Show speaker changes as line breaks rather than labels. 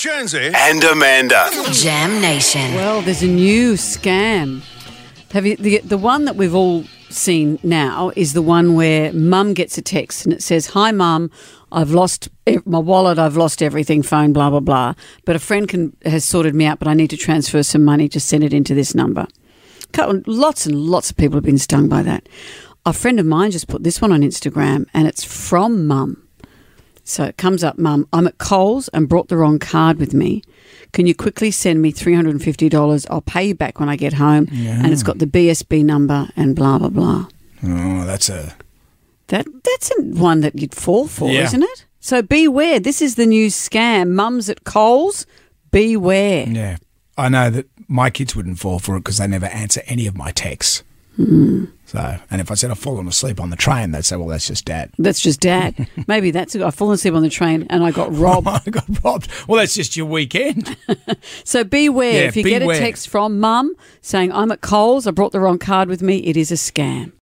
Jonesy.
and Amanda.
Jam Nation.
Well, there's a new scam. Have you the the one that we've all seen now is the one where mum gets a text and it says, "Hi mum, I've lost ev- my wallet, I've lost everything, phone, blah blah blah, but a friend can has sorted me out, but I need to transfer some money to send it into this number." Couple- Lots and lots of people have been stung by that. A friend of mine just put this one on Instagram and it's from mum. So it comes up, Mum, I'm at Coles and brought the wrong card with me. Can you quickly send me $350? I'll pay you back when I get home. And it's got the BSB number and blah, blah, blah.
Oh, that's a.
That That's a- one that you'd fall for,
Yeah.
isn't it? So beware. This is the new scam. Mums at Coles, beware.
Yeah. I know that my kids wouldn't fall for it because they never answer any of my texts. So, and if I said I've fallen asleep on the train, they'd say, well, that's just dad.
That's just dad. Maybe that's it. I've fallen asleep on the train and I got robbed.
I got robbed. Well, that's just your weekend.
So beware
Yeah,
if you get
beware.
a text from mum saying, I'm at Coles, I brought the wrong card with me, it is a scam.